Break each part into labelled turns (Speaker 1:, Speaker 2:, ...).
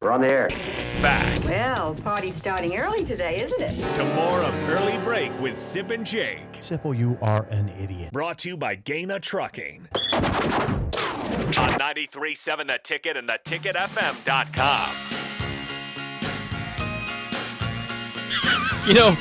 Speaker 1: We're on the air.
Speaker 2: Back
Speaker 3: Well, party's starting early today, isn't it?
Speaker 2: to more of Early Break with Sip and Jake.
Speaker 4: Sipple, you are an idiot.
Speaker 2: Brought to you by Gaina Trucking. On 93.7 The Ticket and theticketfm.com.
Speaker 5: You know,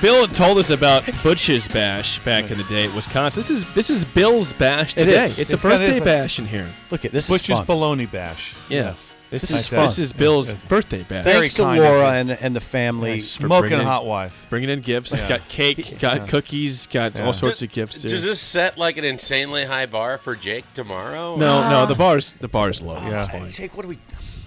Speaker 5: Bill told us about Butch's Bash back in the day at Wisconsin. This is this is Bill's Bash
Speaker 4: It
Speaker 5: today.
Speaker 4: is.
Speaker 5: It's,
Speaker 6: It's
Speaker 5: a
Speaker 6: kinda
Speaker 5: birthday
Speaker 6: different.
Speaker 5: bash in here.
Speaker 4: Look at this
Speaker 6: Butch's
Speaker 4: is fun.
Speaker 6: Baloney Bash.
Speaker 5: Yes. This
Speaker 4: This
Speaker 5: is
Speaker 4: is fun.
Speaker 5: this is Bill's
Speaker 6: Yes.
Speaker 5: birthday bash.
Speaker 4: Thanks to
Speaker 6: kind of
Speaker 4: Laura
Speaker 6: you.
Speaker 4: and, and the family.
Speaker 5: Nice. for
Speaker 6: Smoking
Speaker 5: bringing-
Speaker 6: hot wife.
Speaker 5: Bringing in gifts,
Speaker 6: Yeah.
Speaker 5: got cake, got cookies, got all sorts of gifts. There.
Speaker 7: Does this set like an insanely high bar for Jake tomorrow?
Speaker 5: no, no, the bar's the bar's low. It's fine.
Speaker 4: Jake, what do we?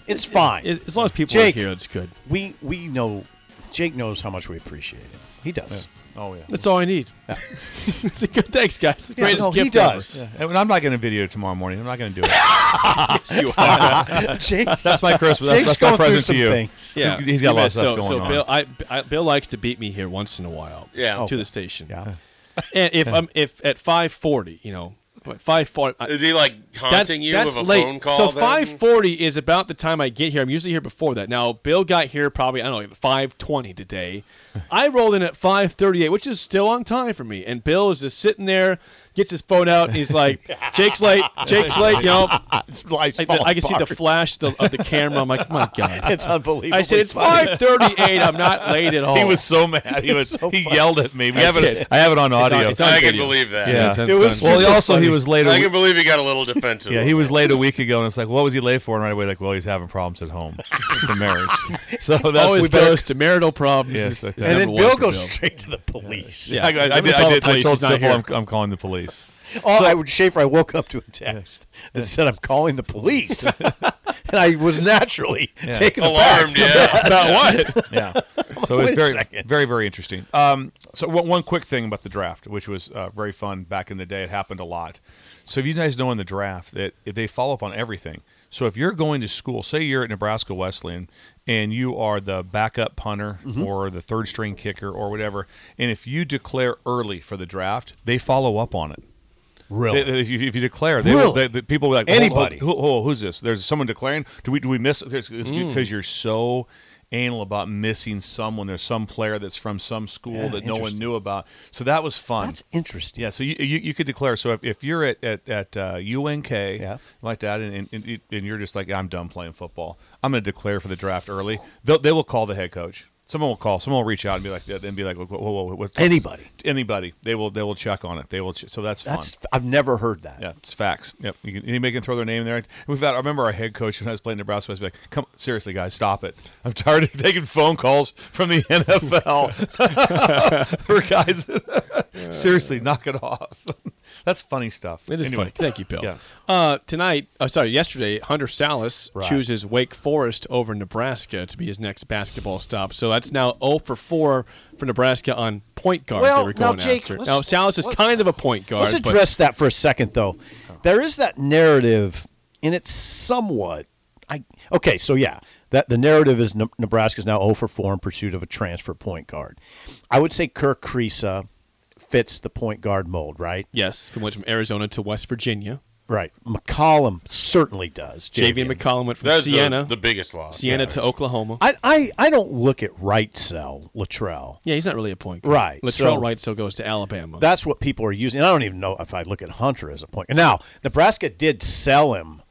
Speaker 4: It's fine.
Speaker 5: As as long as people
Speaker 4: Jake.
Speaker 5: are here, it's good.
Speaker 4: we we know. Jake knows how much we appreciate it. He does.
Speaker 6: Oh yeah.
Speaker 5: That's all I need. it's a good thanks, guys. The
Speaker 4: Yeah,
Speaker 5: Greatest
Speaker 4: no, he
Speaker 5: gift
Speaker 4: does.
Speaker 6: Yeah. And I'm not going to video tomorrow morning. I'm not going to do it.
Speaker 5: ever. You are.
Speaker 4: Jake,
Speaker 6: That's my curse. That's,
Speaker 4: Jake's
Speaker 6: that's my
Speaker 4: going through
Speaker 6: present
Speaker 4: some
Speaker 6: to you.
Speaker 4: things.
Speaker 5: yeah,
Speaker 6: He's- he's got a lot of
Speaker 5: so,
Speaker 6: stuff going
Speaker 5: so
Speaker 6: on.
Speaker 5: Bill, I, I, Bill likes to beat me here once in a while.
Speaker 7: Yeah.
Speaker 5: to
Speaker 7: Oh.
Speaker 5: the station.
Speaker 4: Yeah.
Speaker 5: and if I'm if at five forty, you know, five forty.
Speaker 7: Is he like
Speaker 5: That's,
Speaker 7: taunting you
Speaker 5: that's
Speaker 7: with a
Speaker 5: late.
Speaker 7: phone call?
Speaker 5: so
Speaker 7: then?
Speaker 5: five forty is about the time I get here. I'm usually here before that. Now Bill got here probably I don't know five twenty today. I rolled in at five thirty eight, which is still on time for me. And Bill is just sitting there, gets his phone out, and he's like, "Jake's late, Jake's late." You know,
Speaker 4: Ah, It's life's
Speaker 5: like the, I can see the flash the, of the camera. I'm like, "My God." I said it's five thirty-eight. I'm not late at all.
Speaker 6: He was so mad. He was. he yelled at me. We have it. I have it on
Speaker 5: on-
Speaker 6: audio.
Speaker 5: it's on
Speaker 7: I can
Speaker 5: video.
Speaker 7: believe that.
Speaker 6: yeah.
Speaker 5: It was
Speaker 6: well, he
Speaker 5: super
Speaker 6: also he
Speaker 5: funny.
Speaker 6: was late. a
Speaker 7: I
Speaker 6: wee-
Speaker 7: can believe he got a little defensive.
Speaker 6: yeah, he was late a week ago, and it's like, what was he late for? And right away, like, well, he's having problems at home, the marriage. So that's
Speaker 5: always
Speaker 6: we better-
Speaker 5: goes to marital problems.
Speaker 6: Yes,
Speaker 5: It's
Speaker 6: that's
Speaker 5: number
Speaker 4: And then
Speaker 5: one
Speaker 4: Bill
Speaker 5: for
Speaker 4: goes straight to the police.
Speaker 5: Yeah.
Speaker 6: I, I, I,
Speaker 5: I'm gonna
Speaker 6: did, I,
Speaker 5: call
Speaker 6: did,
Speaker 5: the
Speaker 6: I
Speaker 5: police.
Speaker 6: told
Speaker 5: He's not
Speaker 6: Simple
Speaker 5: here.
Speaker 6: I'm, I'm calling the police.
Speaker 4: Oh, I would Schaefer. I woke up to a text that said I'm calling the police, and I was naturally taken aback.
Speaker 7: alarmed. Yeah.
Speaker 6: About what? Yeah. So
Speaker 4: Wait
Speaker 6: it's
Speaker 4: a
Speaker 6: very,
Speaker 4: second.
Speaker 6: very, very interesting. Um, so one, one quick thing about the draft, which was uh, very fun back in the day. It happened a lot. So if you guys know in the draft that if they follow up on everything. So if you're going to school, say you're at Nebraska Wesleyan, and you are the backup punter
Speaker 4: Mm-hmm.
Speaker 6: or the third string kicker or whatever, and if you declare early for the draft, they follow up on it.
Speaker 4: Really?
Speaker 6: They- they- if, you, if you declare, they,
Speaker 4: Really?
Speaker 6: they, they- people will be like, hold- hold-
Speaker 4: Anybody.
Speaker 6: who, who- who's this? There's someone declaring. Do we do we miss? Because
Speaker 4: Mm.
Speaker 6: you're so anal about missing someone. There's some player that's from some school
Speaker 4: Yeah,
Speaker 6: that no one
Speaker 4: interesting.
Speaker 6: knew about. So that was fun.
Speaker 4: That's interesting.
Speaker 6: yeah, so you, you, you could declare. So if, if you're at at, at uh, UNK
Speaker 4: Yeah.
Speaker 6: like that, and, and- and and you're just like I'm done playing football, I'm going to declare for the draft early. They'll, they will call the head coach. Someone will call. Someone will reach out and be like, and be like, whoa, whoa, whoa, what's
Speaker 4: Anybody.
Speaker 6: anybody? They will they will check on it. They will. Ch- so that's fun.
Speaker 4: That's I've never heard that.
Speaker 6: Yeah, it's facts. Yep, you can, anybody can throw their name in there. We've had. I remember our head coach when I was playing Nebraska. I was like, "Come seriously, guys, stop it! I'm tired of taking phone calls from the NFL for guys. seriously, knock it off. That's funny stuff.
Speaker 5: It is
Speaker 6: Anyway.
Speaker 5: funny. Thank you, Bill.
Speaker 6: Yes.
Speaker 5: Uh, tonight, uh, sorry, yesterday, Hunter Salas
Speaker 6: Right.
Speaker 5: chooses Wake Forest over Nebraska to be his next basketball stop. So that's now 0 for 4 for Nebraska on point guards
Speaker 4: Well,
Speaker 5: that we're
Speaker 4: now,
Speaker 5: going
Speaker 4: Jake,
Speaker 5: after.
Speaker 4: let's-
Speaker 5: Now, Salas is
Speaker 4: let-
Speaker 5: kind of a point guard.
Speaker 4: Let's address that for a second, though.
Speaker 6: Oh.
Speaker 4: There is that narrative, and it's somewhat. I okay, so yeah, that the narrative is ne- Nebraska's now 0 for 4 in pursuit of a transfer point guard. I would say Kirk Creesa fits the point guard mold, right?
Speaker 5: But, yes, from went from Arizona to West Virginia.
Speaker 4: Right. McCollum certainly does.
Speaker 5: Javian McCollum went from
Speaker 7: That's the-
Speaker 5: Siena,
Speaker 7: the biggest loss.
Speaker 5: Siena to Oklahoma.
Speaker 4: I, I I don't look at right cell Latrell.
Speaker 5: yeah, he's not really a point guard.
Speaker 4: Right,
Speaker 5: Latrell
Speaker 4: so-
Speaker 5: Wright still goes to Alabama.
Speaker 4: That's what people are using. And I don't even know if I look at Hunter as a point. Now Nebraska did sell him.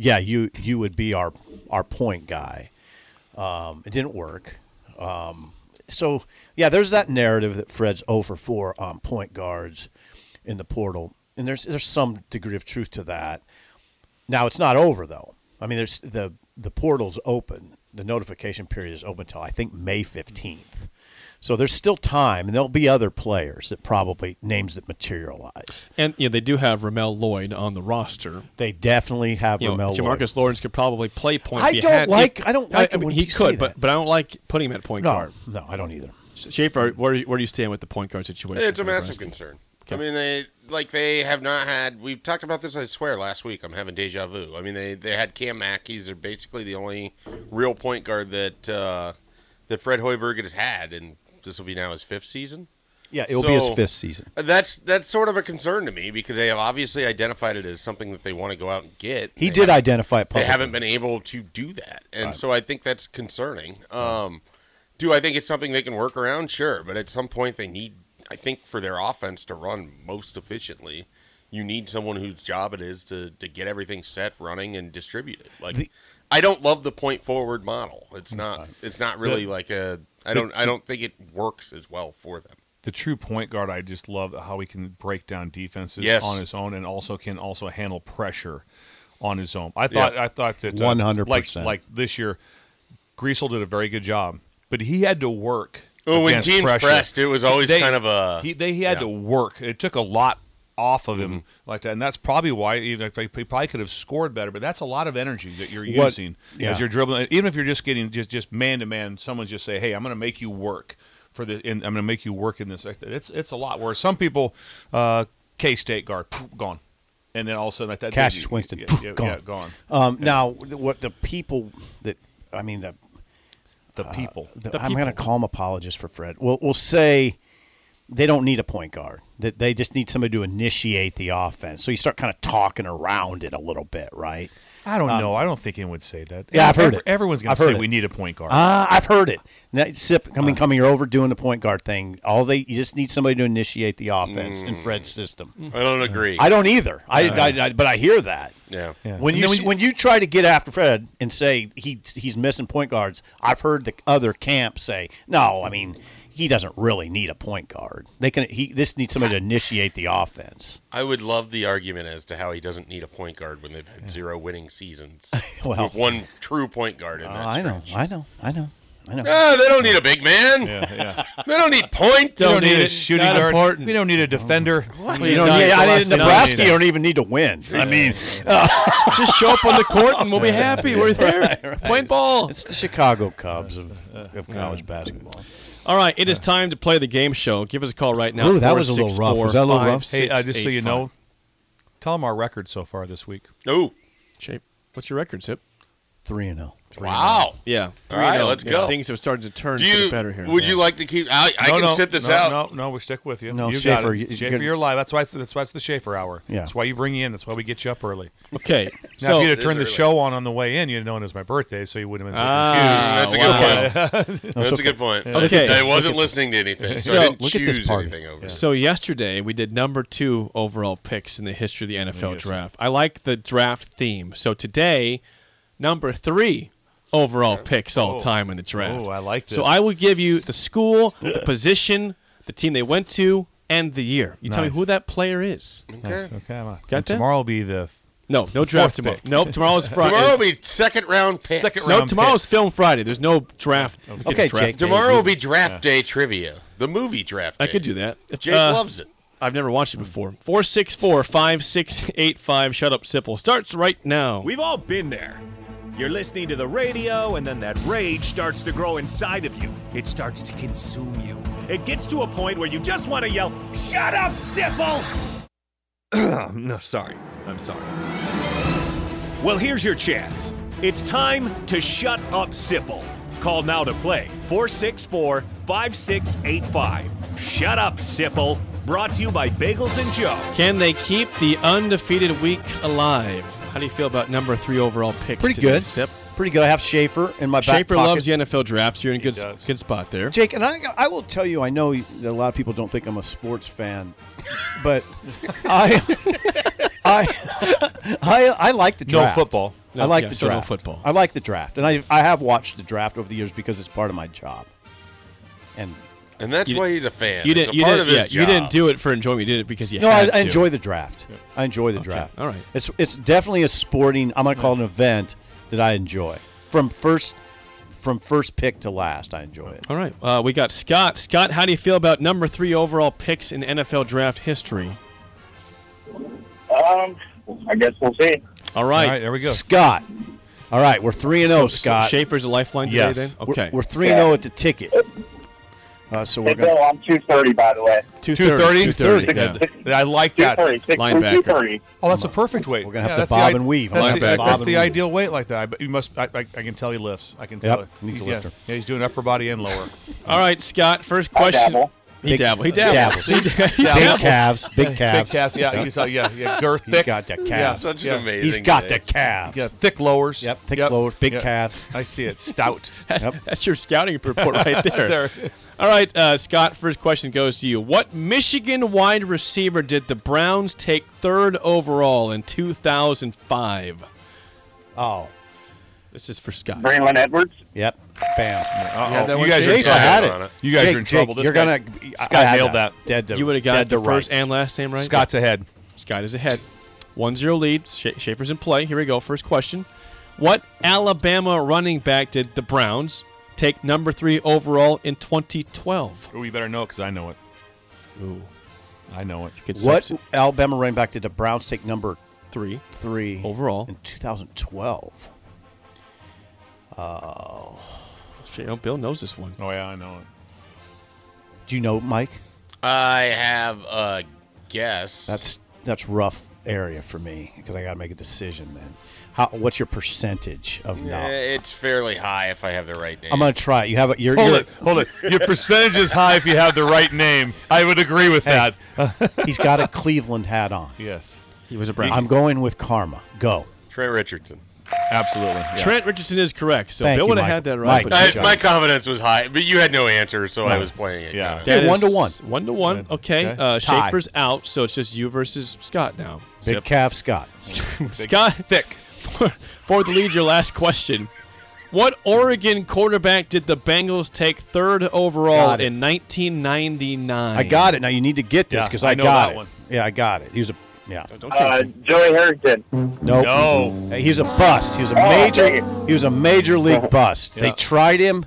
Speaker 4: Yeah, you you would be our our point guy. Um, it didn't work. Um, so yeah, there's that narrative that Fred's 0 for 4 on point guards in the portal, and there's there's some degree of truth to that. Now it's not over though. I mean, there's the the portal's open. The notification period is open till I think May fifteenth. So there's still time, and there'll be other players that probably names that materialize.
Speaker 5: and you know, they do have Ramel Lloyd on the roster.
Speaker 4: They definitely have
Speaker 5: you know,
Speaker 4: Ramel. Lloyd.
Speaker 5: Jamarcus Lawrence could probably play point.
Speaker 4: I
Speaker 5: if he
Speaker 4: don't
Speaker 5: had- if-
Speaker 4: like- I don't like it when
Speaker 5: he
Speaker 4: you say
Speaker 5: could, but
Speaker 4: that.
Speaker 5: but I don't like putting him at point
Speaker 4: No,
Speaker 5: guard.
Speaker 4: no, I don't either.
Speaker 5: Sh- Schaefer, where do you- where do you stand with the point guard situation?
Speaker 7: It's a
Speaker 5: for
Speaker 7: massive
Speaker 5: Nebraska?
Speaker 7: concern. I mean, they like they have not had. We talked about this. I swear, last week I'm having deja vu. I mean, they they had Cam Mack. He's basically the only real point guard that uh, that Fred Hoiberg has had, and this will be now his fifth season.
Speaker 4: Yeah, it'll be his
Speaker 7: So-
Speaker 4: fifth season.
Speaker 7: That's that's sort of a concern to me because they have obviously identified it as something that they want to go out and get.
Speaker 4: He
Speaker 7: They
Speaker 4: did
Speaker 7: haven't-
Speaker 4: identify it
Speaker 7: They
Speaker 4: publicly.
Speaker 7: haven't been able to do that, and so I think that's concerning. Um, do I think it's something they can work around? Sure, but at some point they need. I think for their offense to run most efficiently, you need someone whose job it is to to get everything set, running, and distributed. Like I don't love the point forward model. It's
Speaker 4: Mm,
Speaker 7: not. It's not really like a. I don't. I don't think it works as well for them.
Speaker 6: the true point guard I just love how he can break down defenses
Speaker 7: Yes.
Speaker 6: on his own and also can also handle pressure on his own. I thought I thought that uh,
Speaker 4: 100%.
Speaker 6: like like this year Greasel did a very good job, but he had to work.
Speaker 7: Oh, when
Speaker 6: against
Speaker 7: teams
Speaker 6: pressure.
Speaker 7: pressed, it was always
Speaker 6: They-
Speaker 7: kind of
Speaker 4: Uh,
Speaker 7: a.
Speaker 6: he, they, he had
Speaker 7: yeah.
Speaker 6: to work. It took a lot off of him
Speaker 4: Mm-hmm.
Speaker 6: like that, and that's probably why even if he probably could have scored better. But that's a lot of energy that you're
Speaker 4: What-
Speaker 6: using
Speaker 4: yeah.
Speaker 6: as you're dribbling. Even if you're just getting just just man to man, someone's just say, "Hey, I'm going to make you work for the, and I'm going to make you work in this." Like that. It's it's a lot. Where some people, uh, K State guard poof, gone, and then all of a sudden like that,
Speaker 4: Cassius
Speaker 6: yeah,
Speaker 4: Winston,
Speaker 6: yeah,
Speaker 4: poof,
Speaker 6: yeah,
Speaker 4: gone.
Speaker 6: yeah, gone.
Speaker 4: Um, Now, th- what the people that I mean, the,
Speaker 6: The people.
Speaker 4: the, I'm going to call them apologists for Fred. We'll, we'll say they don't need a point guard. That they just need somebody to initiate the offense. So you start kind of talking around it a little bit, right?
Speaker 6: I don't know. I don't think anyone would say that.
Speaker 4: um, Yeah, I've heard
Speaker 6: Every-
Speaker 4: it.
Speaker 6: Everyone's going
Speaker 4: I've
Speaker 6: to say
Speaker 4: heard it.
Speaker 6: we need a point guard.
Speaker 4: Uh, I've heard it. Now, Sip, I mean, coming you're over doing the point guard thing. All they you just need somebody to initiate the offense in Fred's system.
Speaker 7: I don't agree.
Speaker 4: I don't either. I, I, I but I hear that.
Speaker 7: yeah.
Speaker 6: Yeah.
Speaker 4: When
Speaker 6: And
Speaker 4: you,
Speaker 6: then
Speaker 4: s- when you try to get after Fred and say he he's missing point guards, I've heard the other camp say, "No, I mean he doesn't really need a point guard. They can he this needs somebody to initiate the offense."
Speaker 7: I would love the argument as to how he doesn't need a point guard when they've had zero winning seasons.
Speaker 4: Well- Oh,
Speaker 7: with one true point guard in that.
Speaker 4: I know,
Speaker 7: stretch.
Speaker 4: I know, I know, I know.
Speaker 7: Ah, they don't need a big man.
Speaker 6: yeah, yeah.
Speaker 7: They don't need points.
Speaker 6: We don't need,
Speaker 5: need
Speaker 6: a
Speaker 5: it.
Speaker 6: shooting
Speaker 5: Not
Speaker 6: guard.
Speaker 5: important.
Speaker 6: We don't need a defender. uh,
Speaker 4: You don't need, I need Nebraska. You
Speaker 6: Or
Speaker 4: don't even need to win. I mean,
Speaker 5: Just show up on the court and we'll be happy. We're there. Point ball.
Speaker 4: it's the Chicago Cubs of, of college basketball.
Speaker 5: All right, it is time to play the game show. Give us a call right now.
Speaker 4: Ooh, that was a little rough.
Speaker 5: 464-5685.
Speaker 4: Was that a little rough?
Speaker 6: hey, uh, just so you know, tell them our record so far this week.
Speaker 7: Oh,
Speaker 5: Shape. What's your record, Sip?
Speaker 4: Three and oh. zero.
Speaker 7: wow.
Speaker 5: Yeah.
Speaker 7: All right,
Speaker 5: 3-0.
Speaker 7: let's
Speaker 5: Yeah,
Speaker 7: go.
Speaker 5: Things have started to turn
Speaker 7: Do
Speaker 5: for
Speaker 7: you?
Speaker 5: the better here.
Speaker 7: Would
Speaker 5: Yeah.
Speaker 7: you like to keep? I, I
Speaker 6: no,
Speaker 7: can
Speaker 6: no,
Speaker 7: sit this
Speaker 6: no,
Speaker 7: out.
Speaker 6: No, no, we stick with you.
Speaker 4: No,
Speaker 6: you
Speaker 4: Schaefer,
Speaker 6: Got
Speaker 4: you- you
Speaker 6: it. Schaefer,
Speaker 4: gotta-
Speaker 6: you're live. That's why. It's, that's why it's the Schaefer hour.
Speaker 4: Yeah.
Speaker 6: That's why you bring you in. That's why we get you up early.
Speaker 5: Okay.
Speaker 6: Now,
Speaker 5: so
Speaker 6: if you'd have
Speaker 7: It is
Speaker 6: turned the
Speaker 7: early.
Speaker 6: show on on the way in, you'd have known it was my birthday, so you wouldn't have been so
Speaker 5: Ah,
Speaker 7: That's a good point. That's a good point.
Speaker 5: Okay.
Speaker 7: I wasn't listening to anything, so,
Speaker 5: So-
Speaker 7: I didn't
Speaker 4: Look at this
Speaker 7: choose
Speaker 4: party.
Speaker 7: anything over.
Speaker 5: So yesterday we did number two overall picks in the history of the NFL draft. I like the draft theme. So today, number three overall picks all
Speaker 6: Oh.
Speaker 5: time in the draft.
Speaker 6: Oh, I like
Speaker 5: So
Speaker 6: this.
Speaker 5: I will give you the school, the position, the team they went to, and the year. You tell me
Speaker 6: Nice.
Speaker 5: who that player is.
Speaker 6: confused. Okay, I'm out.
Speaker 5: Got
Speaker 6: And
Speaker 5: that?
Speaker 6: tomorrow will be the
Speaker 5: No, no draft
Speaker 6: Fourth
Speaker 5: tomorrow.
Speaker 6: pick.
Speaker 5: Nope, tomorrow's Friday.
Speaker 7: Tomorrow will be second round pick.
Speaker 6: second
Speaker 5: no,
Speaker 6: round.
Speaker 5: tomorrow's
Speaker 6: picks.
Speaker 5: film Friday. There's no draft. we can
Speaker 4: Okay,
Speaker 5: draft
Speaker 4: Jake.
Speaker 5: day.
Speaker 7: Tomorrow will be draft day trivia. The movie draft. Day.
Speaker 5: I could do that.
Speaker 7: Jake
Speaker 5: Uh,
Speaker 7: loves it.
Speaker 5: I've never watched it before. 464 5685. Shut up, Sipple. Starts right now.
Speaker 2: We've all been there. You're listening to the radio, and then that rage starts to grow inside of you. It starts to consume you. It gets to a point where you just want to yell, Shut up, Sipple! no, sorry. I'm sorry. Well, here's your chance. It's time to shut up, Sipple. Call now to play 464 5685. Shut up, Sipple. Brought to you by Bagels and Joe.
Speaker 5: Can they keep the undefeated week alive? How do you feel about number three overall picks?
Speaker 4: Pretty
Speaker 5: today,
Speaker 4: good.
Speaker 5: Sip.
Speaker 4: Pretty good. I have Schaefer in my back
Speaker 5: Schaefer
Speaker 4: pocket.
Speaker 5: loves the NFL drafts. You're in a good
Speaker 6: does.
Speaker 5: good spot there.
Speaker 4: Jake, and I, I will tell you, I know that a lot of people don't think I'm a sports fan, but I, I, I, I like the
Speaker 6: No
Speaker 4: draft.
Speaker 6: football.
Speaker 4: I like
Speaker 5: yeah,
Speaker 4: the
Speaker 5: so no
Speaker 4: draft.
Speaker 5: football.
Speaker 4: I like the draft, and I, I have watched the draft over the years because it's part of my job. And
Speaker 7: And that's
Speaker 5: You
Speaker 7: why he's a fan.
Speaker 5: You
Speaker 7: it's
Speaker 5: didn't.
Speaker 7: a
Speaker 5: You
Speaker 7: part
Speaker 5: didn't,
Speaker 7: of his
Speaker 5: yeah,
Speaker 7: job.
Speaker 5: you didn't do it for enjoyment. You did it because you
Speaker 4: no, I,
Speaker 5: had
Speaker 4: I
Speaker 5: to.
Speaker 4: enjoy the draft. I enjoy the draft.
Speaker 5: all right.
Speaker 4: It's it's definitely a sporting. I'm gonna call it an event that I enjoy from first from first pick to last. I enjoy it.
Speaker 5: All right. Uh, we got Scott. Scott, how do you feel about number three overall picks in NFL draft history?
Speaker 1: Um, I guess we'll see.
Speaker 5: All right.
Speaker 6: All right, there we go.
Speaker 4: Scott. All right, we're three and zero, Scott.
Speaker 5: Schaefer's a lifeline today
Speaker 6: Yes.
Speaker 5: then?
Speaker 4: We're-
Speaker 5: Okay.
Speaker 4: We're three and zero at the ticket. Uh, so
Speaker 1: Hey,
Speaker 4: we're
Speaker 1: Bill,
Speaker 4: going.
Speaker 1: I'm 230, by the way.
Speaker 5: 230.
Speaker 4: 230.
Speaker 5: 230, yeah.
Speaker 6: I like that.
Speaker 1: 230. Six
Speaker 5: Linebacker.
Speaker 1: 230.
Speaker 6: Oh, that's a perfect weight.
Speaker 4: We're gonna have to
Speaker 6: that's the
Speaker 4: bob
Speaker 6: i-
Speaker 4: and weave. I'm
Speaker 6: That's,
Speaker 4: gonna
Speaker 6: the,
Speaker 4: have to
Speaker 6: that's
Speaker 4: bob
Speaker 6: the
Speaker 4: and weave.
Speaker 6: ideal weight like that. But you must. I, I, I can tell he lifts. I can tell.
Speaker 4: Yep,
Speaker 6: it.
Speaker 4: he needs a
Speaker 6: yeah.
Speaker 4: lifter.
Speaker 6: Yeah, he's doing upper body and lower.
Speaker 5: All right, Scott, first question.
Speaker 1: dabble.
Speaker 5: He dabbled. He dabbled.
Speaker 4: Dabbles.
Speaker 5: He dabbled. He
Speaker 4: uh, Big
Speaker 5: dabbled.
Speaker 4: calves. Big calves.
Speaker 6: Big calves. Yeah, he's, uh, yeah, yeah. Girth
Speaker 4: He's
Speaker 6: thick.
Speaker 4: got the calves.
Speaker 6: Yeah.
Speaker 7: Such an amazing.
Speaker 4: He's got the
Speaker 7: day.
Speaker 4: calves.
Speaker 6: Yeah, thick lowers.
Speaker 4: Yep. Thick lowers. Big
Speaker 6: Yeah.
Speaker 4: calves.
Speaker 6: I see it. Stout.
Speaker 5: That's,
Speaker 4: Yep.
Speaker 5: that's your scouting report right there.
Speaker 6: There.
Speaker 5: All right, uh, Scott, first question goes to you. What Michigan wide receiver did the Browns take third overall in 2005?
Speaker 4: Oh.
Speaker 5: This is for Scott.
Speaker 1: Braylon Edwards.
Speaker 4: Yep. Bam.
Speaker 6: Uh-oh.
Speaker 5: had that
Speaker 6: you
Speaker 5: one,
Speaker 6: guys
Speaker 5: Jake?
Speaker 6: are in
Speaker 4: Jake, I
Speaker 6: trouble.
Speaker 4: had
Speaker 7: on
Speaker 4: it.
Speaker 7: it.
Speaker 6: You guys
Speaker 4: Jake,
Speaker 6: are in trouble.
Speaker 4: Jake,
Speaker 6: This
Speaker 4: you're
Speaker 6: guy-
Speaker 4: gonna. I-
Speaker 6: Scott
Speaker 4: I had
Speaker 6: nailed that.
Speaker 4: Dead to.
Speaker 5: You would have got
Speaker 4: dead
Speaker 5: the
Speaker 4: to
Speaker 5: first
Speaker 4: rights.
Speaker 5: and last name right.
Speaker 6: Scott's ahead.
Speaker 5: Scott is ahead. 1 0 lead. Sha Schaefer's in play. Here we go. First question. What Alabama running back did the Browns take number three overall in 2012?
Speaker 6: Oh, you better know it because I know it. Ooh. I know it.
Speaker 5: Good
Speaker 4: What
Speaker 5: substitute.
Speaker 4: Alabama running back did the Browns take number
Speaker 5: Three.
Speaker 4: three
Speaker 5: Overall.
Speaker 4: in 2012?
Speaker 5: Sha- oh, Bill knows this one.
Speaker 6: Oh, yeah, I know it.
Speaker 4: Do you know, Mike?
Speaker 7: I have a guess.
Speaker 4: That's that's rough area for me because I got to make a decision then. How? What's your percentage of
Speaker 7: Eh,
Speaker 4: knowledge?
Speaker 7: It's fairly high if I have the right name.
Speaker 4: I'm gonna try. it. You have a, you're,
Speaker 6: Hold
Speaker 4: you're-
Speaker 6: it. Hold it. Your percentage is high if you have the right name. I would agree with that.
Speaker 4: He's got a Cleveland hat on.
Speaker 6: yes.
Speaker 5: He was a Brown.
Speaker 4: I'm going with karma. Go.
Speaker 7: Trent Richardson.
Speaker 6: Absolutely. yeah.
Speaker 5: Trent Richardson is correct. So
Speaker 4: Thank
Speaker 5: Bill
Speaker 4: you,
Speaker 5: would have
Speaker 4: Michael.
Speaker 5: had that right.
Speaker 4: Mike.
Speaker 5: but-
Speaker 7: I,
Speaker 4: job.
Speaker 7: my confidence was high, but you had no answer, so I was playing it.
Speaker 6: Yeah.
Speaker 7: kinda.
Speaker 5: That
Speaker 4: Yeah, one
Speaker 5: is
Speaker 4: to one.
Speaker 5: One to one. Okay.
Speaker 6: Okay.
Speaker 4: Tie.
Speaker 5: Uh, Schaefer's out, so it's just you versus Scott now.
Speaker 4: Big
Speaker 5: Zip.
Speaker 4: calf Scott.
Speaker 5: Scott,
Speaker 6: Thick.
Speaker 5: for, for the lead, your last question. What Oregon quarterback did the Bengals take third overall
Speaker 4: Got it.
Speaker 5: in 1999?
Speaker 4: I got it. Now you need to get this
Speaker 6: Yeah,
Speaker 4: because
Speaker 6: I
Speaker 4: I,
Speaker 6: know
Speaker 4: got
Speaker 6: that
Speaker 4: it.
Speaker 6: one.
Speaker 4: Yeah, I got it. He was a yeah.
Speaker 5: Don't say
Speaker 1: Uh,
Speaker 5: anything.
Speaker 1: Joey Harrington.
Speaker 4: Nope.
Speaker 6: No.
Speaker 4: Hey, He was a bust. He was a
Speaker 1: Oh,
Speaker 4: major.
Speaker 1: dang it.
Speaker 4: He was a major league bust.
Speaker 6: Yeah.
Speaker 4: They tried him.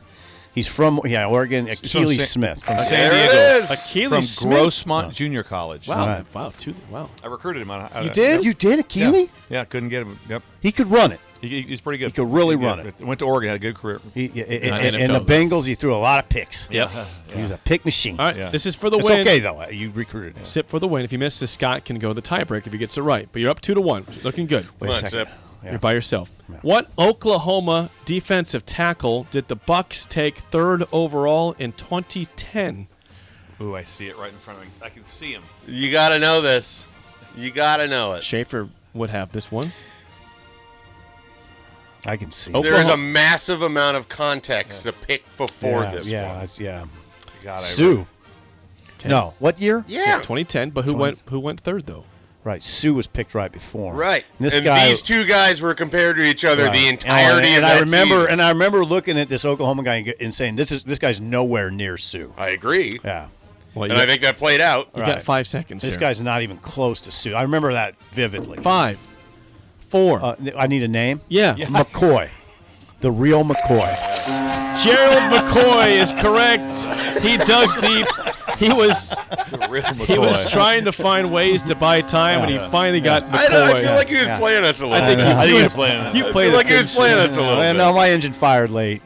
Speaker 4: He's from yeah Oregon. Achilles
Speaker 6: Sa-
Speaker 4: Smith.
Speaker 6: San
Speaker 7: There
Speaker 6: Diego.
Speaker 7: it is.
Speaker 5: Achilles
Speaker 6: From
Speaker 5: Smith.
Speaker 6: Grossmont Junior College.
Speaker 5: Wow.
Speaker 4: Right.
Speaker 5: Wow. Two, wow.
Speaker 6: I recruited him. On, uh,
Speaker 4: You did. You did Achilles.
Speaker 6: Yeah, couldn't get him. Yep.
Speaker 4: He could run it.
Speaker 6: He, he- he's pretty good.
Speaker 4: He could really run
Speaker 6: but Went to Oregon, had a good career.
Speaker 4: He, yeah, and-
Speaker 5: Not
Speaker 4: and, and the
Speaker 5: NFL, though.
Speaker 4: Bengals, he threw a lot of picks.
Speaker 5: Yep.
Speaker 4: He was a pick machine.
Speaker 5: All right.
Speaker 6: Yeah.
Speaker 5: This is for the
Speaker 4: It's
Speaker 5: win.
Speaker 4: okay though. You recruited him.
Speaker 5: Sip for the win. If you miss this, Scott can go to the tiebreak if he gets it right. But you're up two to one. Looking good.
Speaker 4: Wait
Speaker 7: Come on, Zip.
Speaker 4: Yeah.
Speaker 5: You're by yourself. What Oklahoma defensive tackle did the Bucks take third overall in 2010?
Speaker 6: Ooh, I see it right in front of me. I can see him.
Speaker 7: You got to know this. You got to know it.
Speaker 5: Schaefer would have this one.
Speaker 4: I can see.
Speaker 5: Oh,
Speaker 4: it.
Speaker 7: There is a
Speaker 5: Oklahoma-
Speaker 7: massive amount of context to pick before
Speaker 4: yeah,
Speaker 7: this
Speaker 4: yeah,
Speaker 7: one.
Speaker 4: that's- yeah.
Speaker 6: God, I
Speaker 4: Sue. No, what year?
Speaker 7: Yeah.
Speaker 5: 2010. But who went? Who went third though?
Speaker 4: Right, Sue was picked right before. him.
Speaker 7: Right.
Speaker 4: And this
Speaker 7: and
Speaker 4: guy.
Speaker 7: these two guys were compared to each other
Speaker 4: right.
Speaker 7: the
Speaker 4: And I-
Speaker 7: entirety
Speaker 4: and,
Speaker 7: of that
Speaker 4: I remember,
Speaker 7: season.
Speaker 4: and I remember looking at this Oklahoma guy and go- and saying, "This is this guy's nowhere near Sue."
Speaker 7: I agree.
Speaker 4: Yeah,
Speaker 5: Well, you,
Speaker 7: And I think that played out.
Speaker 5: you got
Speaker 4: Right.
Speaker 5: five seconds.
Speaker 4: this
Speaker 5: here.
Speaker 4: guy's not even close to Sue. I remember that vividly.
Speaker 5: five, four.
Speaker 4: Uh, I need a name.
Speaker 5: yeah.
Speaker 4: McCoy, the real McCoy.
Speaker 5: Gerald McCoy is correct. He dug deep. He was
Speaker 6: The real
Speaker 5: he was
Speaker 6: McCoy.
Speaker 5: trying to find ways to buy time, and he finally got McCoy.
Speaker 7: I, don't- I feel like he was playing us a little
Speaker 5: think
Speaker 7: bit.
Speaker 5: he-
Speaker 6: I think he was playing. it.
Speaker 5: you
Speaker 7: I
Speaker 5: played
Speaker 7: feel like he
Speaker 5: attention.
Speaker 7: was playing us a little
Speaker 4: Man,
Speaker 7: bit.
Speaker 4: no, my engine fired late.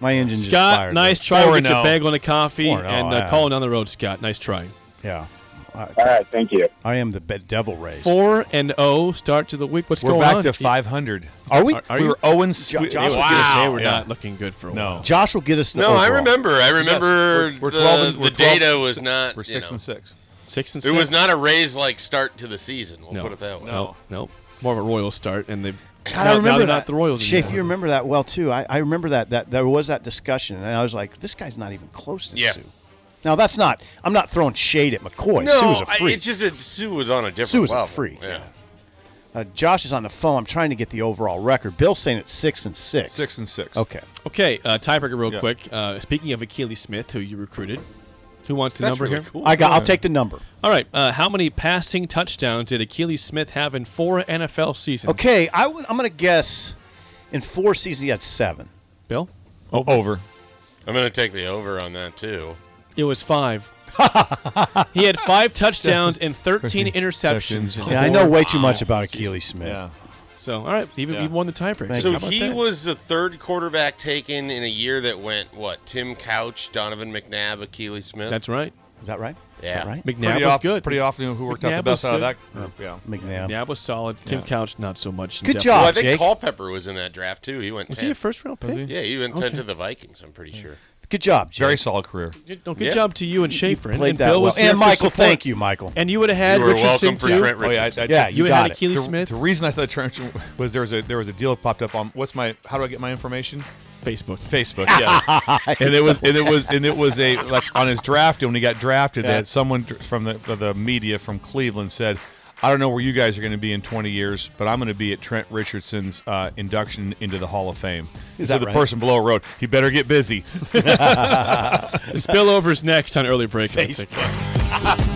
Speaker 4: My engine just
Speaker 5: Scott,
Speaker 4: fired
Speaker 5: nice
Speaker 4: late.
Speaker 5: try.
Speaker 6: Four
Speaker 5: We'll
Speaker 6: and
Speaker 5: get you a
Speaker 6: oh.
Speaker 5: bagel and a coffee
Speaker 4: Four and
Speaker 5: and
Speaker 4: oh,
Speaker 5: uh,
Speaker 4: yeah.
Speaker 5: calling down the road, Scott. Nice try.
Speaker 4: Yeah, I,
Speaker 1: All right, thank you.
Speaker 4: I am the be- devil raised.
Speaker 5: Four and oh start to the week. What's
Speaker 6: We're
Speaker 5: going
Speaker 6: back
Speaker 5: on?
Speaker 6: to 500.
Speaker 4: Are we?
Speaker 5: Are- are
Speaker 6: we
Speaker 5: you-
Speaker 6: were 0 and s-
Speaker 4: Jo-
Speaker 6: we-
Speaker 4: Josh will
Speaker 5: They were-
Speaker 4: get us-
Speaker 7: Wow.
Speaker 5: They were
Speaker 6: Oh, Yeah.
Speaker 5: not looking good for a
Speaker 6: No.
Speaker 5: while.
Speaker 4: Josh will get us. The
Speaker 7: No, I
Speaker 4: overall.
Speaker 7: remember. I remember
Speaker 6: We're- we're
Speaker 7: the,
Speaker 6: 12 and- we're
Speaker 7: the
Speaker 6: 12
Speaker 7: data was not.
Speaker 6: We're
Speaker 7: you
Speaker 6: six
Speaker 7: know,
Speaker 6: and six.
Speaker 5: Six and
Speaker 7: It
Speaker 5: six.
Speaker 7: was not a raised like start to the season. We'll
Speaker 5: No.
Speaker 7: put it that way.
Speaker 5: No. No. More of a Royal start, and they.
Speaker 4: God,
Speaker 5: now,
Speaker 4: I
Speaker 5: now
Speaker 4: remember
Speaker 5: they're
Speaker 4: that.
Speaker 5: not the Royals.
Speaker 4: Shafe,
Speaker 5: anymore.
Speaker 4: you remember that well too. I, I remember that that there was that discussion, and I was like, this guy's not even close to
Speaker 7: Yeah.
Speaker 4: Sue. Now that's not. I'm not throwing shade at McCoy. Sue's
Speaker 7: No,
Speaker 4: a
Speaker 7: I,
Speaker 4: freak.
Speaker 7: it's just that Sue was on a different
Speaker 4: Sue was a
Speaker 7: level.
Speaker 4: freak,
Speaker 7: Yeah.
Speaker 4: yeah. uh, Josh is on the phone. I'm trying to get the overall record. Bill's saying it's six and six.
Speaker 6: Six and six.
Speaker 4: Okay.
Speaker 5: Okay, uh, tiebreaker, real
Speaker 6: Yeah.
Speaker 5: quick. Uh, speaking of Achilles Smith, who you recruited, who wants the
Speaker 7: That's
Speaker 5: number
Speaker 7: really
Speaker 5: here?
Speaker 7: cool.
Speaker 4: I got. I'll take the number.
Speaker 5: All right, uh, how many passing touchdowns did Achilles Smith have in four NFL seasons?
Speaker 4: Okay. I would, I'm going to guess. In four seasons, he had seven.
Speaker 5: Bill,
Speaker 6: Over.
Speaker 7: I'm going to take the over on that too.
Speaker 5: it was five. he had five touchdowns and thirteen interceptions.
Speaker 6: Interceptions.
Speaker 5: in
Speaker 4: Yeah, I
Speaker 5: four-
Speaker 4: know way too much about Achilles Smith.
Speaker 6: Yeah.
Speaker 5: So, all right, he, he
Speaker 6: Yeah.
Speaker 5: won the tiebreaker.
Speaker 4: Thank
Speaker 5: How
Speaker 7: So
Speaker 5: about
Speaker 7: he
Speaker 5: that?
Speaker 7: was the third quarterback taken in a year that went what? Tim Couch, Donovan McNabb, Achilles Smith.
Speaker 5: That's right.
Speaker 4: Is that right? Is that
Speaker 7: Yeah.
Speaker 4: right?
Speaker 5: McNabb
Speaker 6: Pretty,
Speaker 5: was
Speaker 6: off,
Speaker 5: good.
Speaker 6: pretty often who worked out
Speaker 5: McNabb
Speaker 6: the
Speaker 5: was
Speaker 6: best out of
Speaker 5: good.
Speaker 6: that group. Yeah.
Speaker 4: McNabb.
Speaker 5: McNabb was solid. Tim Couch, not so much.
Speaker 4: Good
Speaker 5: Definitely.
Speaker 4: job.
Speaker 7: Well, I think
Speaker 4: Jake.
Speaker 7: Culpepper was in that draft too. He went.
Speaker 5: Was
Speaker 7: 10.
Speaker 5: he a first round pick?
Speaker 6: he?
Speaker 7: Yeah, he went
Speaker 5: Okay.
Speaker 7: ten to the Vikings. I'm pretty sure.
Speaker 4: Good job, Jay.
Speaker 6: Very solid career.
Speaker 5: Good, no, good
Speaker 7: Yeah.
Speaker 5: job to you and Schaefer. And,
Speaker 4: Played
Speaker 5: and
Speaker 4: that
Speaker 5: Bill
Speaker 4: well.
Speaker 5: was there
Speaker 4: and
Speaker 5: for
Speaker 4: Michael,
Speaker 5: support.
Speaker 4: thank you, Michael.
Speaker 5: And you would have had
Speaker 7: You were
Speaker 5: Richardson
Speaker 7: welcome for
Speaker 5: too.
Speaker 7: Trent
Speaker 6: Oh, yeah, I,
Speaker 7: Richardson.
Speaker 6: I-
Speaker 4: yeah,
Speaker 5: You
Speaker 4: you,
Speaker 5: had
Speaker 4: got
Speaker 5: a
Speaker 4: it.
Speaker 5: key- Keely
Speaker 6: the,
Speaker 5: Smith.
Speaker 6: The reason I thought trench was there was a there was a deal that popped up on what's my how do I get my information?
Speaker 5: Facebook.
Speaker 6: Facebook, yeah. and it was and it was and it was a like on his draft when he got drafted
Speaker 4: Yeah.
Speaker 6: that someone dr- from the the- the media from Cleveland said, I don't know where you guys are going to be in 20 years, but I'm going to be at Trent Richardson's uh, induction into the Hall of Fame.
Speaker 4: Is
Speaker 6: so
Speaker 4: that
Speaker 6: the
Speaker 4: right?
Speaker 6: person below wrote, he better get busy.
Speaker 5: The spillover's next on early break. I think.
Speaker 4: Facebook.